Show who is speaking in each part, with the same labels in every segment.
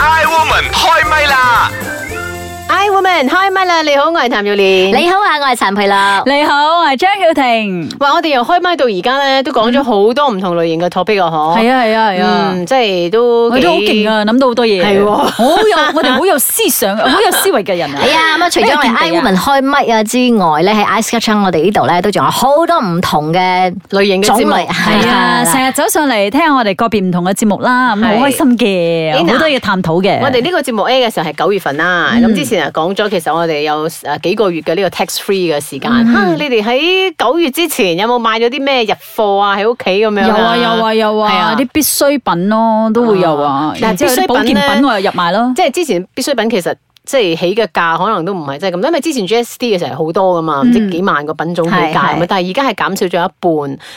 Speaker 1: Iwoman 開唛啦！
Speaker 2: I woman 開唛啦！啊你好，我係譚耀蓮。
Speaker 3: 你好啊，我係陳佩樂。
Speaker 4: 你好，我係張曉婷。
Speaker 2: 話我哋由開唛到而家咧，都講咗好多唔同類型嘅 topic 啊，嗬。
Speaker 4: 係啊係啊係啊
Speaker 2: 嗯，即係都
Speaker 4: 我
Speaker 2: 幾
Speaker 4: 都好勁！啊，諗到好多嘢。
Speaker 2: 係喎
Speaker 4: 好有我哋好有 思想，好有思維嘅人啊。
Speaker 3: 係啊，咁啊，除咗我哋 I Woman 開麥啊之外咧，喺 Ice c a t c h n 我哋呢度咧都仲有好多唔同嘅
Speaker 2: 類型嘅
Speaker 3: 種
Speaker 2: 節目
Speaker 3: 類，
Speaker 4: 係啊，
Speaker 3: 係
Speaker 4: 成日走上嚟聽下我哋個別唔同嘅節目啦，咁
Speaker 2: 係
Speaker 4: 好開心嘅，
Speaker 2: Lina，
Speaker 4: 好多嘢探討嘅。
Speaker 2: 我哋呢個節目 A 嘅時候係九月份啦，
Speaker 4: 嗯
Speaker 2: 咁、之前啊講咗，其實我哋有誒幾個月嘅呢個 tax free 嘅時間。
Speaker 4: 嗯
Speaker 2: 啊你哋喺九月之前有冇買咗啲咩入貨啊？喺屋企咁樣
Speaker 4: 有啊有啊有
Speaker 2: 係
Speaker 4: 啊，啲必需品咯都會有啊
Speaker 2: 啊，但係
Speaker 4: 然之後
Speaker 2: 必需品
Speaker 4: 啲保健
Speaker 2: 咧
Speaker 4: 品啊我又入埋咯。
Speaker 2: 即係之前必需品其實。即係起嘅價可能都唔係真係咁，因為之前 GST 嘅時候係好多噶嘛，唔知幾萬個品種起價咁
Speaker 3: 嗯係嗯
Speaker 2: 啊
Speaker 3: 係，
Speaker 2: 但係而家係減少咗一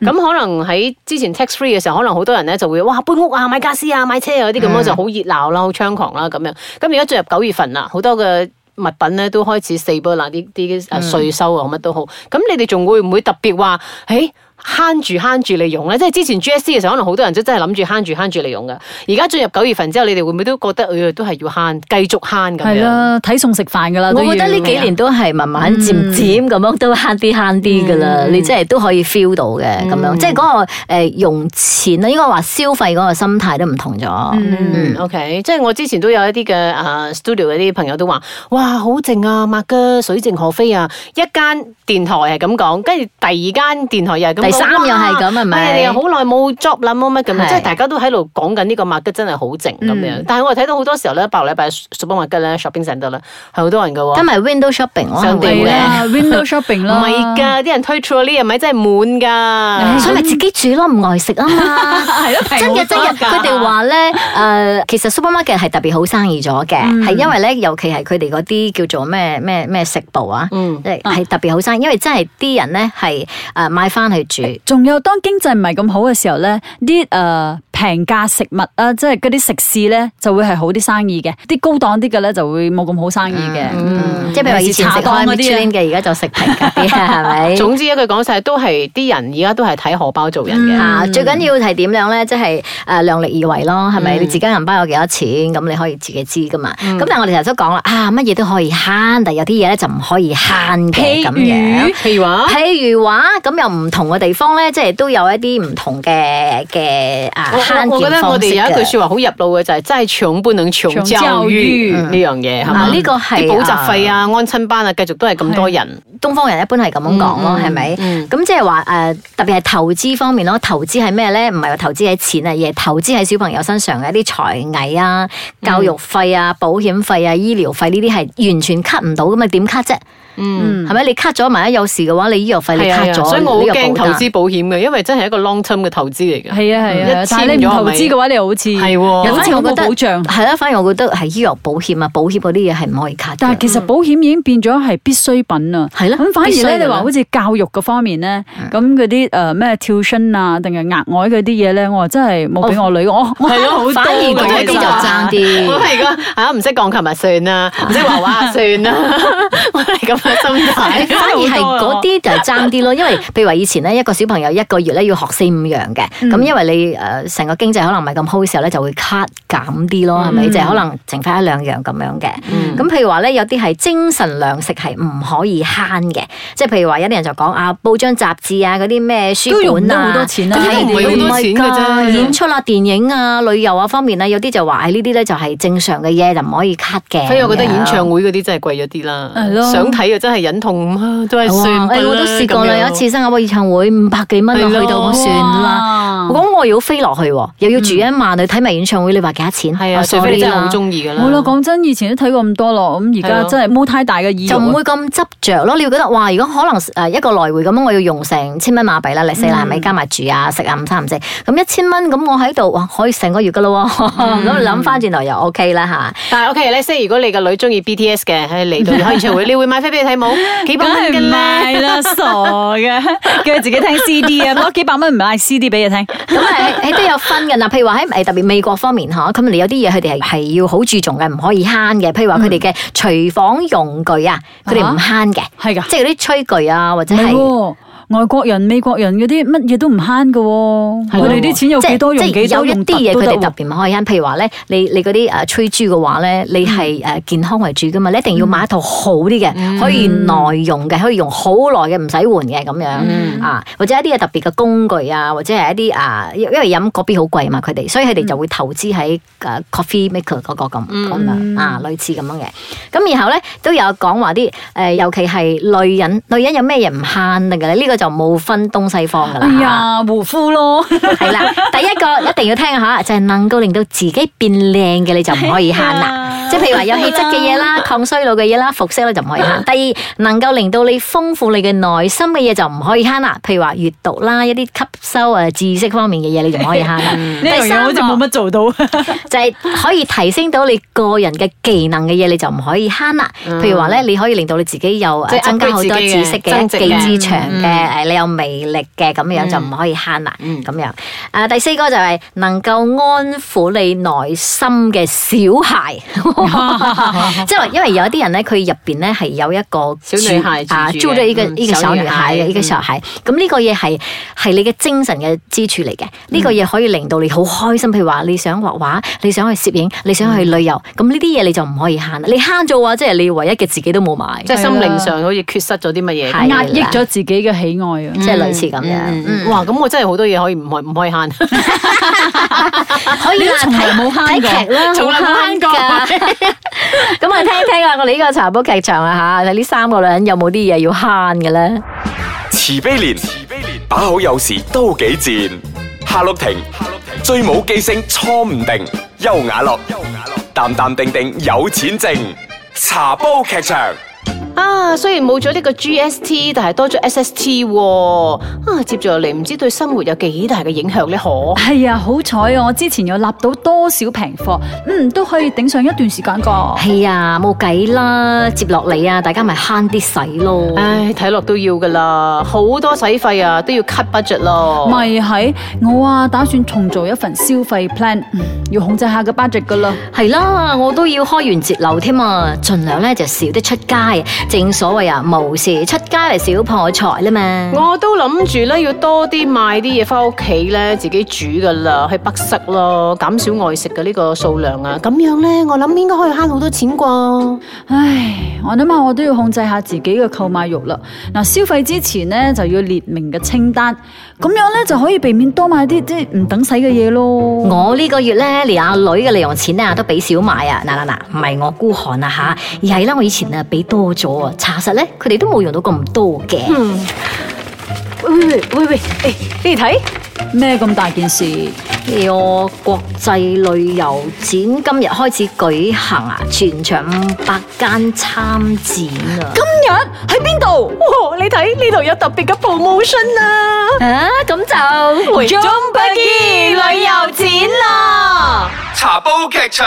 Speaker 2: 半。咁可能喺之前 tax free 嘅時候，可能好多人咧就會哇搬屋啊、買家私啊、買車啊嗰啲
Speaker 3: 嗯
Speaker 2: 咁樣就好熱鬧啦、好猖狂啦咁樣。咁而家進入九月份啦，好多嘅物品咧都開始四波啦，啲啲
Speaker 3: 嗯
Speaker 2: 誒税收啊乜都好。咁你哋仲會唔會特別話哎誒？慳住慳住利用咧，即係之前 GST 嘅時候，可能好多人都真係諗住慳住慳住利用嘅。而家進入九月份之後，你哋會唔會都覺得，誒、都係要慳，繼續慳咁
Speaker 4: 係
Speaker 2: 樣？
Speaker 4: 啦，睇餸食飯噶啦。
Speaker 3: 我覺得
Speaker 4: 都要
Speaker 3: 呢幾年都係慢慢漸漸咁樣都慳啲慳啲噶啦，你真係都可以 feel 到嘅咁樣，即係嗰個誒用錢啦，應該話消費嗰個心態都唔同咗。
Speaker 2: 嗯，OK，即係我之前都有一啲嘅啊 studio 嗰啲朋友都話，哇，好靜啊，麥嘅水靜河飛啊！一間電台係咁講，跟住第二間電台又係咁講，
Speaker 3: 第三
Speaker 2: 哇
Speaker 3: 又係咁係咪
Speaker 2: 哎你又好耐冇 job 啦，冇乜咁樣，
Speaker 3: 係嗯
Speaker 2: 即係大家都喺度講緊呢個麥嘅真係好靜咁樣。但係我睇到好多時候咧，八個禮拜 supermarket 咧 shopping centre 咧係好多人嘅喎。
Speaker 3: 跟埋 window shopping 我係
Speaker 2: 想
Speaker 3: 會
Speaker 4: 係
Speaker 2: 地
Speaker 3: 嘅。
Speaker 4: 啦，window shopping
Speaker 2: 唔
Speaker 4: 啦，
Speaker 2: 係㗎，啲人推 trolley 係咪真係滿㗎？
Speaker 3: 所以咪自己煮咯，唔外食啊 嘛。
Speaker 4: 係咯，
Speaker 3: 真嘅真嘅，
Speaker 2: 㗎
Speaker 3: 佢哋話咧，誒、其實 supermarket 係特別好生意咗嘅，係、因為咧，尤其係佢哋嗰啲叫做咩咩咩食部啊，
Speaker 2: 嗯
Speaker 3: 即係係特別好生意，因為真係啲人咧係誒買翻去煮，
Speaker 4: 仲有當經濟唔係咁好嘅時候咧，啲誒平價食物啊，即係嗰啲食肆咧就會係好啲生意嘅，啲高檔啲嘅咧就會冇咁好生意嘅。
Speaker 3: 嗯即係譬如話以前食開
Speaker 4: 尤其是茶檔嗰啲啊
Speaker 3: Michelin 嘅，而家就食平價啲，啊係咪？
Speaker 2: 總之一句講晒，都係啲人而家都係睇荷包做人嘅。
Speaker 3: 啊，最緊要係點樣咧？即係誒量力而為咯，係咪？
Speaker 2: 嗯
Speaker 3: 你自己銀包有幾多錢，咁你可以自己知噶嘛。咁但係我哋頭先都講啦，啊乜嘢都可以慳，但係有啲嘢咧就唔可以慳嘅
Speaker 4: 譬
Speaker 3: 咁
Speaker 4: 如
Speaker 3: 樣。
Speaker 2: 譬如話，
Speaker 3: 譬如話咁，有唔同嘅地方咧，即係都有一啲唔同嘅嘅啊
Speaker 2: 我
Speaker 3: 慳
Speaker 2: 我我覺
Speaker 3: 儉
Speaker 2: 得我
Speaker 3: 方
Speaker 2: 哋
Speaker 3: 式
Speaker 2: 有一句
Speaker 3: 嘅。
Speaker 2: 説話好入腦嘅就係真係搶不能搶
Speaker 4: 搶
Speaker 2: 教
Speaker 4: 教
Speaker 2: 育
Speaker 4: 育
Speaker 2: 呢樣嘢係
Speaker 3: 啊
Speaker 2: 嘛？
Speaker 3: 呢個係
Speaker 2: 啲補習費啊、安親班啊，繼續都係咁多人。
Speaker 3: 東方人一般係咁樣講咯，
Speaker 2: 嗯
Speaker 3: 係咪？
Speaker 2: 嗯
Speaker 3: 咁即係話誒，特別係投資方面咯。投資係咩咧？唔係話投資喺錢啊，而係投資喺小朋友身上嘅一啲才藝
Speaker 2: 嗯
Speaker 3: 啊、教育費啊、保險費啊、醫療費呢啲係完全 cut 唔到噶嘛？點 cut 啫？
Speaker 4: 嗯
Speaker 3: 係咪？你 cut 咗埋一有事嘅話，你醫藥費你
Speaker 2: 係啊
Speaker 3: cut
Speaker 2: 係啊
Speaker 3: 咗，
Speaker 2: 所以我好
Speaker 3: 你呢個
Speaker 2: 驚
Speaker 3: 保
Speaker 2: 投
Speaker 3: 單
Speaker 2: 資保險嘅，因為真係一個 long term 嘅投資嚟嘅。
Speaker 4: 係啊係啊
Speaker 2: 一，
Speaker 4: 但
Speaker 2: 簽
Speaker 4: 係你唔
Speaker 2: 咗
Speaker 4: 投資嘅話，你又好似
Speaker 2: 係喎
Speaker 4: 又好似好冇保障。
Speaker 3: 係啦，反而我覺得係醫藥保險啊、保險嗰啲嘢係唔可以 cut 嘅。
Speaker 4: 但係其實保險已經變咗係必需品啦，
Speaker 3: 嗯係咯
Speaker 4: 咁反而
Speaker 3: 必須㗎
Speaker 4: 咧，
Speaker 3: 啦
Speaker 4: 你話好似教育嗰方面咧，咁嗰啲誒咩 tuition 啊，定係額外嗰啲嘢咧，我真係冇俾我女，我我
Speaker 2: 係咯，好多
Speaker 3: 反而
Speaker 2: 㗎
Speaker 3: 嗰啲
Speaker 2: 其實
Speaker 3: 就爭啲
Speaker 2: 我係個啊，唔識鋼琴咪算啦，唔識畫畫啊算啦， 我係咁嘅心態。
Speaker 3: 反而係嗰啲就係爭啲咯，因為譬如話以前咧，一個小朋友一個月咧要學四五樣嘅，咁、
Speaker 4: 嗯
Speaker 3: 因為你誒成、個經濟可能唔係咁好嘅時候咧，就會 cut 減啲
Speaker 4: 嗯
Speaker 3: 咯，係咪？就係可能剩翻一兩樣咁樣嘅。咁、譬如話咧，有啲係精神糧食係唔可以慳嘅，即係譬如話有啲人就講啊，報章雜誌啊，嗰啲咩書
Speaker 4: 都用唔
Speaker 3: 本
Speaker 4: 到
Speaker 3: 啊，
Speaker 4: 好多錢啦
Speaker 3: 嗰啲
Speaker 4: 咁都唔
Speaker 2: 係好多
Speaker 3: 唔係
Speaker 2: 錢㗎啫
Speaker 3: 㗎演出啊、電影啊、旅遊啊方面啊，有啲就話誒呢啲咧就係正常嘅嘢，就唔可以 cut 嘅。
Speaker 2: 所以我覺得
Speaker 3: 咁樣
Speaker 2: 演唱會嗰啲真係貴咗啲啦
Speaker 4: 係，咯
Speaker 2: 想睇啊真係忍痛啊都係
Speaker 3: 哇
Speaker 2: 算吧啦
Speaker 3: 誒哎我都試過啦，
Speaker 2: 咁樣
Speaker 3: 有一次新加坡演唱會五百幾蚊，我
Speaker 2: 係咯
Speaker 3: 去到我算
Speaker 2: 哦
Speaker 3: 啦。
Speaker 4: 啦
Speaker 3: 我講我要飛落去喎，又要住一晚去睇埋演唱會，你話幾多錢？
Speaker 2: 係啊，
Speaker 3: 我
Speaker 2: 除非你
Speaker 3: sorry
Speaker 2: 真係好
Speaker 3: 啦
Speaker 2: 中意㗎啦。
Speaker 4: 好啦，講真，以前都睇過咁多咯，咁而
Speaker 2: 係
Speaker 4: 家
Speaker 2: 咯
Speaker 4: 真係冇太大嘅意欲
Speaker 3: 就唔
Speaker 4: 啊。
Speaker 3: 會咁執着咯，你會覺得哇！如果可能誒一個來回咁樣，我要用成千蚊馬幣啦，嚟四啦，咪加埋住啊、食啊、午餐唔食，咁一千蚊咁我喺度哇，可以成個月噶咯喎， 咁你諗翻轉頭又 OK 啦嚇。
Speaker 2: 但係 OK 咧，即係如果你個女中意 BTS 嘅，喺嚟 到開演唱會，你會買飛俾佢睇冇？幾百
Speaker 4: 梗
Speaker 2: 蚊
Speaker 4: 係
Speaker 2: 㗎
Speaker 4: 唔
Speaker 2: 啦。
Speaker 4: 買啦，傻嘅，叫佢自己聽 CD 啊，攞幾百蚊唔買 CD 俾佢聽。
Speaker 3: 咁啊誒誒都有分嘅嗱，譬如話喺誒特別美國方面嚇，咁啊你有啲嘢佢哋係係要好注重嘅，唔可以慳嘅。譬如話
Speaker 4: 嗯
Speaker 3: 佢哋嘅廚房用具啊，佢哋唔慳嘅，
Speaker 4: 係㗎
Speaker 3: 即係嗰啲炊具啊或者
Speaker 4: 係
Speaker 3: 係。
Speaker 4: 喎。外國人、美國人嗰啲乜嘢都唔慳噶，
Speaker 2: 係
Speaker 4: 佢
Speaker 2: 咯
Speaker 4: 哋啲錢有
Speaker 3: 即係
Speaker 4: 幾多用
Speaker 3: 即係
Speaker 4: 幾
Speaker 3: 有
Speaker 4: 多
Speaker 3: 一
Speaker 4: 用
Speaker 3: 啲嘢佢哋特
Speaker 4: 得喎
Speaker 3: 別唔可以慳，譬如話咧，你你嗰啲誒吹珠嘅話咧，你係誒健康為主噶嘛，你一定要買一套好啲
Speaker 4: 嗯
Speaker 3: 嘅，可以耐用嘅，可以用好耐嘅，唔使換嘅咁
Speaker 4: 嗯
Speaker 3: 樣啊，或者一啲嘅特別嘅工具啊，或者係一啲啊，因因為飲嗰邊好貴嘛，佢哋，所以
Speaker 4: 嗯
Speaker 3: 佢哋就會投資喺誒 coffee maker 嗰個咁咁樣啊，類似咁樣嘅。咁然後咧都有講話啲誒，尤其係女人，女人有咩嘢唔慳得嘅咧？呢個就冇分東西方噶啦。
Speaker 4: 哎呀，護膚咯，
Speaker 3: 系啦，第一個一定要聽下，就係能夠令到自己變靚嘅，你就唔可以慳
Speaker 4: 啊
Speaker 3: 啦。即係譬如話有氣質嘅嘢 啦、抗衰老嘅嘢啦、服飾咧就唔可以慳。第二，能夠令到你豐富你嘅內心嘅嘢就唔可以慳啦。譬如話閱讀啦，一啲吸收誒知識方面嘅嘢你就唔可以慳啦。
Speaker 4: 嗯呢樣
Speaker 3: 第
Speaker 4: 嘢
Speaker 3: 三
Speaker 4: 好
Speaker 3: 個
Speaker 4: 似冇乜做到。
Speaker 3: 就係可以提升到你個人嘅技能嘅嘢，你就唔可以慳啦。譬如話咧，你可以令到你自己有
Speaker 2: 嗯
Speaker 3: 呃
Speaker 2: 即係
Speaker 3: 增加好
Speaker 2: upgrade
Speaker 3: 多
Speaker 2: 自己嘅
Speaker 3: 知識嘅
Speaker 2: 增值嘅
Speaker 3: 技之長嘅，
Speaker 2: 嗯
Speaker 3: 誒你有魅力嘅咁樣就唔可以慳啦。咁樣誒第四個就係能夠安撫你內心嘅小孩， 即係話因為有啲人咧，佢入邊咧係有一個
Speaker 2: 小女孩
Speaker 3: 住啊
Speaker 2: 住住
Speaker 3: 住
Speaker 2: 嘅
Speaker 3: 咗一個
Speaker 2: 嗯
Speaker 3: 一個小
Speaker 2: 小
Speaker 3: 女
Speaker 2: 女
Speaker 3: 孩
Speaker 2: 孩嗯
Speaker 3: 嘅一個小孩，咁呢個嘢係係你嘅精神嘅支柱嚟嘅，呢個嘢可以令到你好開心。譬如話你想畫畫，你想去攝影，你想去旅遊，咁呢啲嘢你就唔可以慳啦。你慳咗話，即係你唯一嘅自己都冇買，
Speaker 2: 即係心
Speaker 4: 係啦
Speaker 2: 靈上好似缺失咗啲乜嘢
Speaker 3: 係
Speaker 2: 咁。
Speaker 4: 壓抑咗自己嘅喜愛啊！
Speaker 3: 即係類似咁樣。
Speaker 2: 嗯
Speaker 3: 嗯
Speaker 2: 哇！咁我真係好多嘢可以唔可唔可以慳，
Speaker 3: 啊可以啦，
Speaker 4: 從來冇慳過
Speaker 3: 睇睇劇啦，
Speaker 2: 從來冇慳過
Speaker 3: 好慳㗎 咁我哋聽一聽啊，我哋呢個茶煲劇場啊吓，睇呢三個女人有冇啲嘢要慳嘅咧？
Speaker 1: 慈悲蓮，慈悲蓮，把口有時都幾賤。夏綠庭，夏綠庭，最冇記性錯唔定。優雅樂，優雅樂，淡淡定定有錢剩。茶煲劇場，
Speaker 2: 啊，雖然冇咗呢個 GST，但係多咗 SST 喎。啊，接住落嚟唔知對生活有幾大嘅影響呢？可
Speaker 4: 係啊，好彩啊！我之前有立到多少平貨，嗯，都可以頂上一段時間噶。
Speaker 3: 係啊，冇計啦，接落嚟啊，大家咪慳啲使咯。
Speaker 2: 唉，睇落都要噶啦，好多使費啊，都要 cut budget 咯。
Speaker 4: 咪係我啊，打算重做一份消費 plan，嗯要控制下個 budget 噶啦。
Speaker 3: 係啦，我都要開源節流添啊！盡量咧就少啲出街，正所謂啊，無事出街係小破財啦嘛。
Speaker 2: 我都諗住咧，要多啲買啲嘢翻屋企咧，自己煮噶啦，去北食咯，減少外食嘅呢個數量啊。咁樣咧，我諗應該可以慳好多錢啩。
Speaker 4: 唉，我諗下我都要控制下自己嘅購買欲啦。嗱，消費之前呢，就要列明嘅清單，咁樣呢，就可以避免多買啲即係唔等使嘅嘢咯。
Speaker 3: 我呢個月咧，連阿女嘅零用錢啊都俾少買啊！嗱嗱嗱，唔係我孤寒啊吓，而係啦，我以前啊俾多咗啊，查實咧佢哋都冇用到咁多嘅。
Speaker 2: 喂喂喂喂喂，誒你哋睇，
Speaker 4: 咩咁大件事？
Speaker 3: 呢個國際旅遊展今日開始舉行啊，全場五百間參展啊！
Speaker 2: 今日喺邊度？哇！你睇呢度有特別嘅 promotion 啊！
Speaker 3: 啊，咁就嗯
Speaker 2: 回中北京旅遊展啦！
Speaker 1: 茶煲劇場。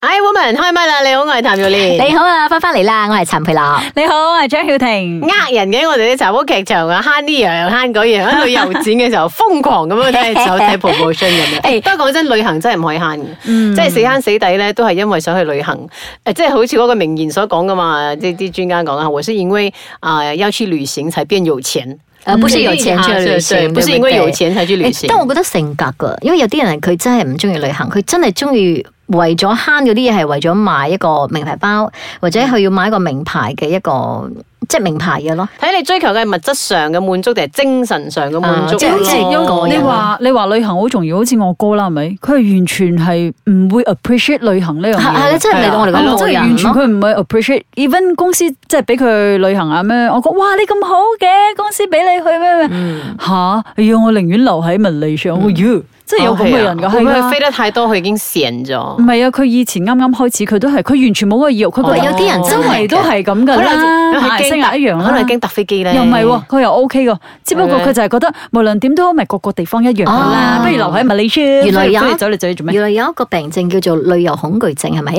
Speaker 2: 哎，woman 開唛啦！你好，我係譚耀蓮。
Speaker 3: 你好啊，翻返嚟啦，我係陳佩樂。
Speaker 4: 你好，我係張曉婷。
Speaker 2: 呃人嘅，我哋啲茶煲劇場啊，慳呢樣慳嗰樣，喺旅遊展嘅時候瘋狂咁樣睇手睇 promotion 咁樣。誒，不過講真，旅行真係唔可以慳嘅，即係死慳死抵咧，都係因為想去旅行。誒，即係好似嗰個名言所講噶嘛，即係啲專家講啊，我是因為啊要去旅行才變有錢。
Speaker 3: 呃，不是有錢去
Speaker 2: 嗯啊
Speaker 3: 旅
Speaker 2: 對對
Speaker 3: 行，
Speaker 2: 不是
Speaker 3: 對
Speaker 2: 因
Speaker 3: 對
Speaker 2: 為有錢才去旅行
Speaker 3: 誒但我覺得性格噶，因為有啲人佢真係唔中意旅行，佢真係中意為咗慳嗰啲嘢，係為咗買一個名牌包，或者佢要買一個名牌嘅一個即係名牌嘢咯。
Speaker 2: 睇你追求嘅係物質上嘅滿足定係精神上嘅滿足
Speaker 3: 啊即係
Speaker 2: 咯
Speaker 3: 好似
Speaker 4: 因
Speaker 3: 個
Speaker 4: 你
Speaker 3: 人
Speaker 4: 話你話旅行好重要，好似我哥啦，係咪？佢係完全係唔會 appreciate 旅行呢樣
Speaker 3: 係
Speaker 4: 嘢。
Speaker 3: 係真係嚟到我哋
Speaker 4: 係
Speaker 3: 講
Speaker 4: 啊真
Speaker 3: 個
Speaker 4: 係
Speaker 3: 人
Speaker 4: 完全
Speaker 3: 咯。
Speaker 4: 佢唔係 appreciate。even 公司即係俾佢旅行啊咩，我講哇你咁好嘅，公司俾你去咩
Speaker 3: 嗯
Speaker 4: 咩吓？哎呀，我寧願留喺文理上，我要即係有
Speaker 3: 哦
Speaker 4: 咁嘅人㗎，
Speaker 2: 會唔
Speaker 4: 係
Speaker 2: 會
Speaker 4: 啊
Speaker 2: 佢飛得太多，佢已經成
Speaker 4: 唔
Speaker 2: 咗。
Speaker 4: 係啊，佢以前啱啱開始，佢都係佢完全冇個意欲，佢覺
Speaker 3: 喂
Speaker 4: 得
Speaker 3: 哦有啲人真
Speaker 4: 周
Speaker 3: 係
Speaker 4: 圍都係咁
Speaker 2: Ờ,
Speaker 4: 㗎
Speaker 2: à,
Speaker 4: 啦，馬來西亞一樣啦，
Speaker 2: 可能係驚搭飛機咧。
Speaker 4: 又唔係喎，佢又 O K 喎，只不過佢就係覺得無論點都好，咪個個地方一樣噶啦，
Speaker 3: 哦
Speaker 4: 不如留喺 Malaysia，
Speaker 3: 原來有
Speaker 4: 不如走嚟走去做咩？
Speaker 3: 原來有一個病症叫做旅遊恐懼症，係 咪？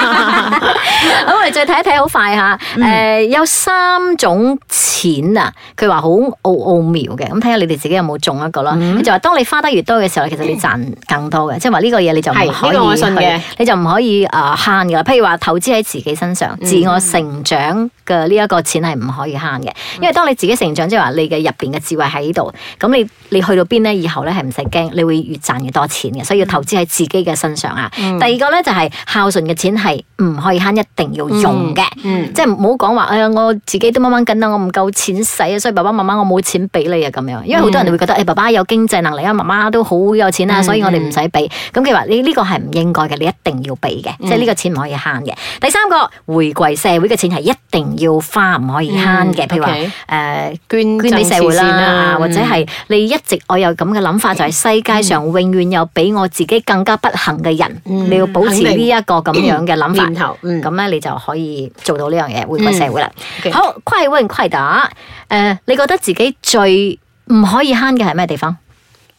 Speaker 3: 咁我哋再睇一睇，好快吓。
Speaker 2: 嗯
Speaker 3: 誒、有三種
Speaker 2: 嗯
Speaker 3: 錢啊，佢話好奧奧妙嘅，咁睇下你哋自己有冇中一個啦。佢就話當你花得越多嘅時候咧，其實你賺更多嘅，即係話呢個嘢你就唔
Speaker 2: 係
Speaker 3: 可
Speaker 2: 呢個我信嘅
Speaker 3: 以去，你就唔可以呃诶悭噶啦。譬如話投資喺自己身上，自我成長嘅呢一個錢係唔可以慳嘅，因為當你自己成長，即係話你嘅入邊嘅智慧喺度，咁你你去到邊咧，以後咧係唔使驚，你會越賺越多錢嘅，所以要投資喺自己嘅身上啊。第二個咧就係孝順嘅錢係唔可以慳，一定要用嘅。
Speaker 2: 嗯，
Speaker 3: 即係唔好講話，哎呀，我自己都掹掹緊啦，我唔夠錢使啊，所以爸爸媽媽我冇錢俾你啊咁樣。因為好多人會覺
Speaker 2: 嗯
Speaker 3: 得，誒、爸爸有經濟能力啊，媽媽都好有錢啊，所以我哋唔使俾。咁佢話呢呢個係唔應該
Speaker 2: 嗯
Speaker 3: 嘅，你一定要俾嘅，即係呢個錢唔可以慳嘅。第三個回饋社會嘅錢係一定要花，唔可以慳嘅。
Speaker 2: 嗯
Speaker 3: 譬如話
Speaker 2: OK
Speaker 3: 誒。
Speaker 2: 捐
Speaker 3: 捐俾社會
Speaker 2: 贈慈善
Speaker 3: 啦，或者
Speaker 2: 嗯
Speaker 3: 係你一直我有咁嘅諗法，就係世界上永遠有比我自己更加不幸嘅人，
Speaker 2: 嗯
Speaker 3: 你要保持呢一個
Speaker 2: Ừ.
Speaker 3: 咁樣嘅諗法
Speaker 2: 念。頭，嗯，
Speaker 3: 咁咧你就可以做到呢樣嘢，回歸社會啦。
Speaker 2: OK
Speaker 3: 好，快問快答。誒、你覺得自己最唔可以慳嘅係咩地方？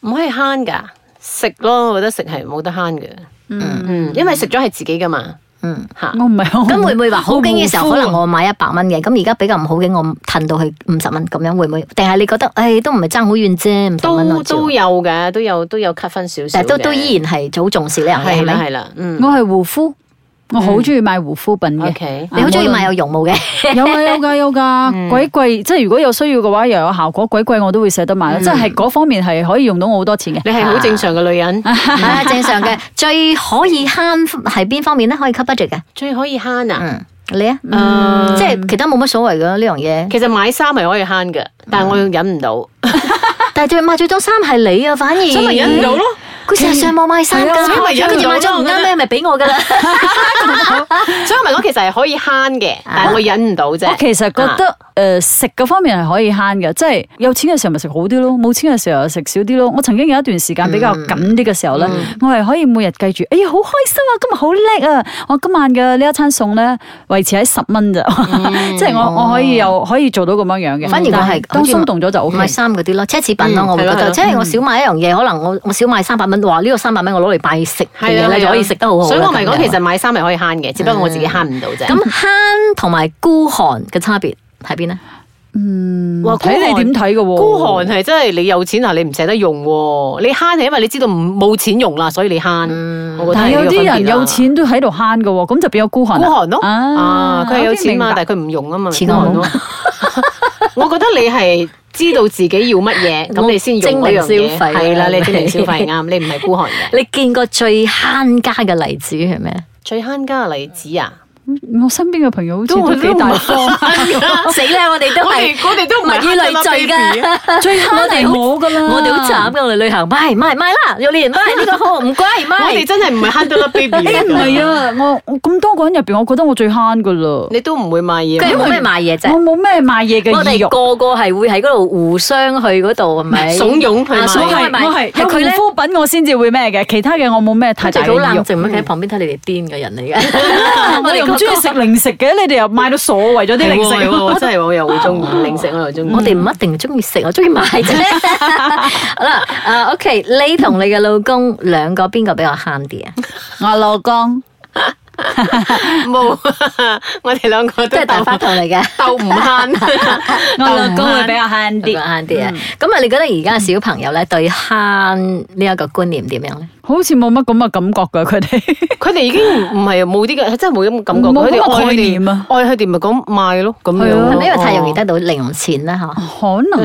Speaker 2: 唔可以慳㗎，食咯，我覺得食係冇得慳嘅，
Speaker 4: 嗯，
Speaker 2: 嗯，因為食咗係自己㗎嘛，
Speaker 3: 嗯。
Speaker 2: 嚇。
Speaker 4: 我唔係好。
Speaker 3: 咁會唔會話好景嘅時候，
Speaker 4: 我
Speaker 3: 可
Speaker 4: 冇啊
Speaker 3: 能我買一百蚊嘅，咁而家比較唔好景，我褪到去五十蚊咁樣，會唔會？定係你覺得，誒都唔係爭好遠啫，五十蚊
Speaker 2: 都
Speaker 3: 我照
Speaker 2: 都有嘅，都有都有 cut 分少少
Speaker 3: 但
Speaker 2: 嘅，
Speaker 3: 係都都依然係好重視呢樣嘢，
Speaker 2: 係
Speaker 3: 係
Speaker 2: 啦係
Speaker 3: 咪？
Speaker 2: 啦，嗯
Speaker 4: 我係護膚，我好中意買護膚品嘅。
Speaker 2: ừ. ，OK，
Speaker 3: 你好中意買有絨毛嘅，
Speaker 4: 有噶有噶 有噶，
Speaker 3: 嗯
Speaker 4: 鬼貴！即係如果有需要嘅話，又有效果，鬼貴我都會捨得
Speaker 3: 嗯
Speaker 4: 買啦。即係嗰方面係可以用到我好多錢嘅。
Speaker 2: 你係好正常嘅女人，
Speaker 3: 係啊，正常嘅。 最可以慳係邊方面咧？可以 cut budget 嘅。
Speaker 2: 最可以慳啊，
Speaker 3: 嗯，你啊，
Speaker 2: 誒
Speaker 3: 即係其他冇乜所謂嘅呢樣嘢。
Speaker 2: 其實買衫係可以慳嘅，但係我忍唔到，
Speaker 3: 但係最買最多衫係你啊，反而
Speaker 2: 所以咪忍唔到咯。
Speaker 3: 佢成日上網買衫
Speaker 4: 係啊
Speaker 3: 㗎，
Speaker 4: 所以
Speaker 2: 咪忍唔
Speaker 3: 跟住
Speaker 2: 到咯
Speaker 3: 買咗唔啱咩，咪俾 我㗎啦。
Speaker 2: 所以我咪講其實係可以慳嘅，
Speaker 3: 啊
Speaker 2: 但係我忍唔到啫。啊
Speaker 4: 我其實覺得诶食嗰方面係可以慳嘅，即係有錢嘅時候咪食好啲咯，冇錢嘅時候食少啲咯。我曾經有一段時間比較
Speaker 3: 嗯
Speaker 4: 緊啲嘅時候咧，我係可以每日記住，哎呀好開心啊，今日好叻啊！我今晚嘅呢一餐餸咧維持喺十蚊咋， 即係我我可以又可以做到咁樣樣嘅。
Speaker 3: 嗯反而我係
Speaker 4: 但當鬆動咗就 O K
Speaker 3: 買。衫嗰啲咯，奢侈品咯，
Speaker 2: 嗯
Speaker 3: 我會覺
Speaker 2: 係咯係
Speaker 3: 得，
Speaker 2: 咯
Speaker 3: 即係我少買一樣嘢，可能我我少買三百蚊，哇！呢個三百蚊我攞嚟買食嘅
Speaker 2: 係
Speaker 3: 嘢
Speaker 2: 啊
Speaker 3: 咧，
Speaker 2: 係
Speaker 3: 就
Speaker 2: 啊
Speaker 3: 可以食得好好啦。
Speaker 2: 所以我咪
Speaker 3: 咁
Speaker 2: 講
Speaker 3: 樣
Speaker 2: 其實買衫係可以慳嘅，只不過我自己慳唔到啫。
Speaker 3: 嗯咁慳同埋孤寒嘅差別喺邊咧？
Speaker 2: 哇
Speaker 4: 嗯睇你點睇嘅喎？
Speaker 2: 哦孤寒係真係你有錢啊，你唔捨得用喎。你慳係因為你知道唔冇錢用啦，所以你慳。
Speaker 3: 嗯
Speaker 2: 我覺得
Speaker 4: 但
Speaker 2: 係
Speaker 4: 係有
Speaker 2: 呢個
Speaker 4: 啲
Speaker 2: 分別
Speaker 4: 人
Speaker 2: 啦
Speaker 4: 有錢都喺度慳嘅喎，咁就變咗孤寒
Speaker 2: 孤
Speaker 4: 啦。
Speaker 2: 寒咯，
Speaker 4: 啊
Speaker 2: 啊，佢係有錢嘛，
Speaker 4: 我已經明白
Speaker 2: 但係佢唔用啊嘛，
Speaker 3: 錢
Speaker 2: 孤
Speaker 3: 我冇
Speaker 2: 寒咯。 我覺得你係知道自己要乜嘢，咁你先用嗰樣
Speaker 3: 精
Speaker 2: 嘢。
Speaker 3: 明
Speaker 4: 啊
Speaker 3: 消費
Speaker 2: 係啦，你精明消費啱，你唔係孤寒嘅。
Speaker 3: 你見過最慳家嘅例子 係咩？
Speaker 2: 最慳家嘅例子啊，
Speaker 4: 我身邊嘅朋友好似都幾大方。
Speaker 3: 死啦！我哋都
Speaker 2: 我
Speaker 3: 係
Speaker 2: 哋我哋都唔係
Speaker 3: 物以類聚
Speaker 2: 慳 㗎
Speaker 3: 㗎，
Speaker 4: 最慳係我㗎啦
Speaker 3: 我哋好慘㗎，我哋旅行買買買啦，有年買呢個好唔貴
Speaker 2: 我
Speaker 3: 買
Speaker 2: 哋。真係唔係慳到粒 baby 嚟
Speaker 4: 誒唔
Speaker 2: 㗎。
Speaker 4: 係啊，我我咁多個人入邊，我覺得我最慳噶啦，
Speaker 2: 你都唔會買嘢。
Speaker 3: 佢冇咩買嘢啫
Speaker 4: 我。冇咩買嘢
Speaker 3: 我
Speaker 4: 嘅意
Speaker 3: 哋
Speaker 4: 欲。
Speaker 3: 個個係會喺嗰度互相去嗰度，係 咪？
Speaker 2: 慫恿去買
Speaker 3: 啊慫恿
Speaker 4: 係
Speaker 3: 去買
Speaker 4: 我係
Speaker 3: 係
Speaker 4: 有
Speaker 3: 佢
Speaker 4: 護
Speaker 3: 咧，
Speaker 4: 膚品我先至會咩嘅，其他嘅我冇咩太
Speaker 3: 佢
Speaker 4: 大
Speaker 3: 哋
Speaker 4: 嘅
Speaker 3: 好
Speaker 4: 意
Speaker 3: 冷
Speaker 4: 欲。嗯
Speaker 3: 靜，咁喺旁邊睇你哋癲嘅人嚟
Speaker 4: 啊
Speaker 3: 嘅。
Speaker 4: 我哋
Speaker 3: 個
Speaker 4: 唔中意食零食嘅，你哋又買到所謂咗啲
Speaker 2: 係
Speaker 4: 零
Speaker 2: 喎係 喎我
Speaker 4: 食。
Speaker 2: 真係我又會中意零食，我又中意。
Speaker 3: 我哋唔一定中意食，我中意買啫。好啦，啊，OK，你同你嘅老公兩個邊個比較慳啲 啊？
Speaker 4: 我老公
Speaker 2: 冇， 我哋兩個
Speaker 3: 即
Speaker 2: 都
Speaker 3: 係大花
Speaker 2: 鬥
Speaker 3: 筒嚟嘅。
Speaker 2: 鬥唔慳。
Speaker 4: 我老公會比較慳
Speaker 3: 比較
Speaker 4: 啲，
Speaker 3: 慳啲啊！咁啊，你覺得而家小朋友咧對慳呢一個觀念點樣咧？
Speaker 4: 好似冇乜咁嘅感覺㗎，佢哋。
Speaker 2: 佢哋已經唔係冇啲嘅，真係冇咁感覺。
Speaker 4: 冇
Speaker 2: 佢
Speaker 4: 咁嘅
Speaker 2: 哋愛佢
Speaker 4: 概念啊
Speaker 2: 哋，愛佢哋咪講賣咯，咁樣
Speaker 4: 係啊
Speaker 2: 咯。
Speaker 3: 係咪因為太容易
Speaker 2: 哦
Speaker 3: 得到零用錢啦？嗬，
Speaker 4: 可能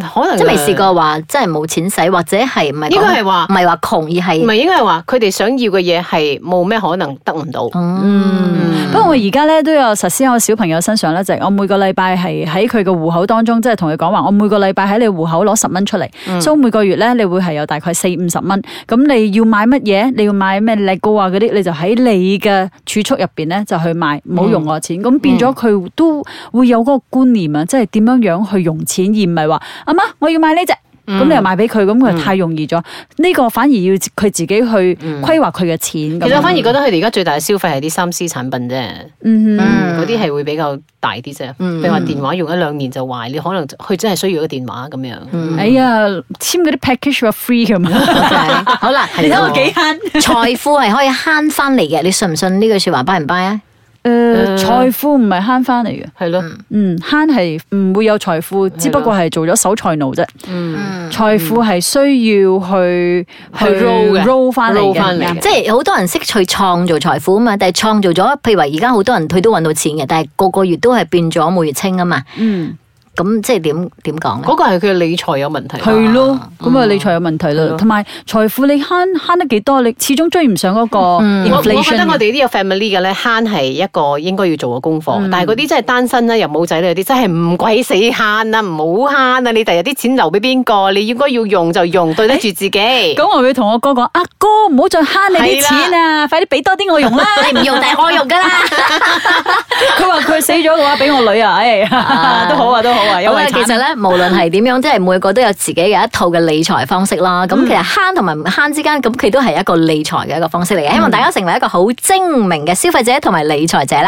Speaker 4: 啊
Speaker 2: 誒
Speaker 4: 我
Speaker 2: 可能啊
Speaker 3: 即係未試過話真係冇錢使，或者係唔係講
Speaker 2: 應該係話
Speaker 3: 唔係話窮而
Speaker 2: 唔
Speaker 3: 係
Speaker 2: 係應該係話佢哋想要嘅嘢係冇咩可能得唔到。
Speaker 3: 嗯。
Speaker 4: 都，不過我而家咧都有實施喺我小朋友身上咧，就係我每個禮拜係喺佢嘅戶口當中，即係同佢講話，我每個禮拜喺你戶口攞十蚊出嚟，
Speaker 2: 嗯
Speaker 4: 所以每個月咧你會係有大概四五十蚊。咁你要買乜嘢？你要買咩力高啊嗰啲，你就喺你嘅儲蓄入邊咧就去買，唔好用我
Speaker 2: 嗯
Speaker 4: 錢。咁變咗佢都會有嗰個觀念啊，即係點樣樣去用錢，而唔係話阿媽我要買呢只。
Speaker 2: 嗯
Speaker 4: 咁你又買俾佢，咁佢太容易咗。呢個反而要佢自己去規劃佢嘅錢。
Speaker 2: 嗯其實我反而
Speaker 4: 咁樣
Speaker 2: 覺得佢哋而家最大嘅消費係啲三 C 產品啫，
Speaker 4: 嗯哼
Speaker 2: 嗰啲係會比較大啲啫。譬如話電話用一兩年就壞，你可能佢真係需要一個電話咁樣。
Speaker 4: 哎呀，簽嗰啲 package 話 free 咁 嘛，
Speaker 3: OK，好 啦，
Speaker 4: 你睇我幾慳。
Speaker 3: 財富係可以慳翻嚟嘅，你信唔信呢句説話 buy 唔 buy 啊？
Speaker 4: 诶，
Speaker 2: 誒
Speaker 4: 財富唔係慳翻嚟嘅，
Speaker 2: 係咯，
Speaker 4: 嗯，慳係唔會有財富，只不過係做咗守財奴啫。
Speaker 2: 嗯，
Speaker 4: 財富係需要去
Speaker 2: 去 roll 嘅
Speaker 4: roll 翻嚟
Speaker 2: roll 返嚟嘅
Speaker 4: 嘅。
Speaker 3: 即係好多人識去創造財富啊嘛，但係創造咗，譬如話而家好多人佢都揾到錢嘅，但係個個月都係變咗每月清啊嘛，
Speaker 4: 嗯，
Speaker 3: 咁即係點點講咧？
Speaker 2: 嗰個係佢理財有問題。
Speaker 4: 係咯，咁啊理財有問題
Speaker 2: 係
Speaker 4: 啦
Speaker 2: 咯，
Speaker 4: 同埋財富你慳慳得幾多，你始終追唔上嗰個
Speaker 2: 我我覺得
Speaker 4: 嗯 inflation
Speaker 2: 我
Speaker 4: 嘅。
Speaker 2: 哋呢個 family 嘅咧慳係一個應該要做嘅功課，
Speaker 4: 嗯
Speaker 2: 但係嗰啲真係單身啦，又冇仔女嗰啲，真係唔鬼死慳啊！唔好慳啊！你第日啲錢留俾邊個？你應該要用就用，對得住自己。咁
Speaker 4: 咁我會同我哥講：阿哥唔好再慳你啲錢啊，快啲俾多啲我用啦！
Speaker 3: 你唔用，但係我用 㗎啦。
Speaker 4: 佢話佢死咗嘅話，俾我女啊，哎， 都好啊，都好啊，有
Speaker 3: 好啦，
Speaker 4: 遺
Speaker 3: 其
Speaker 4: 產
Speaker 3: 實咧，無論係點樣，即係每個都有自己嘅一套嘅理財方式啦。
Speaker 2: 嗯
Speaker 3: 咁其實慳同埋唔慳
Speaker 2: 嗯
Speaker 3: 之間，咁佢都係一個理財嘅一個方式嚟嘅。希望大家成為一個好精明嘅消費者同埋理財者啦。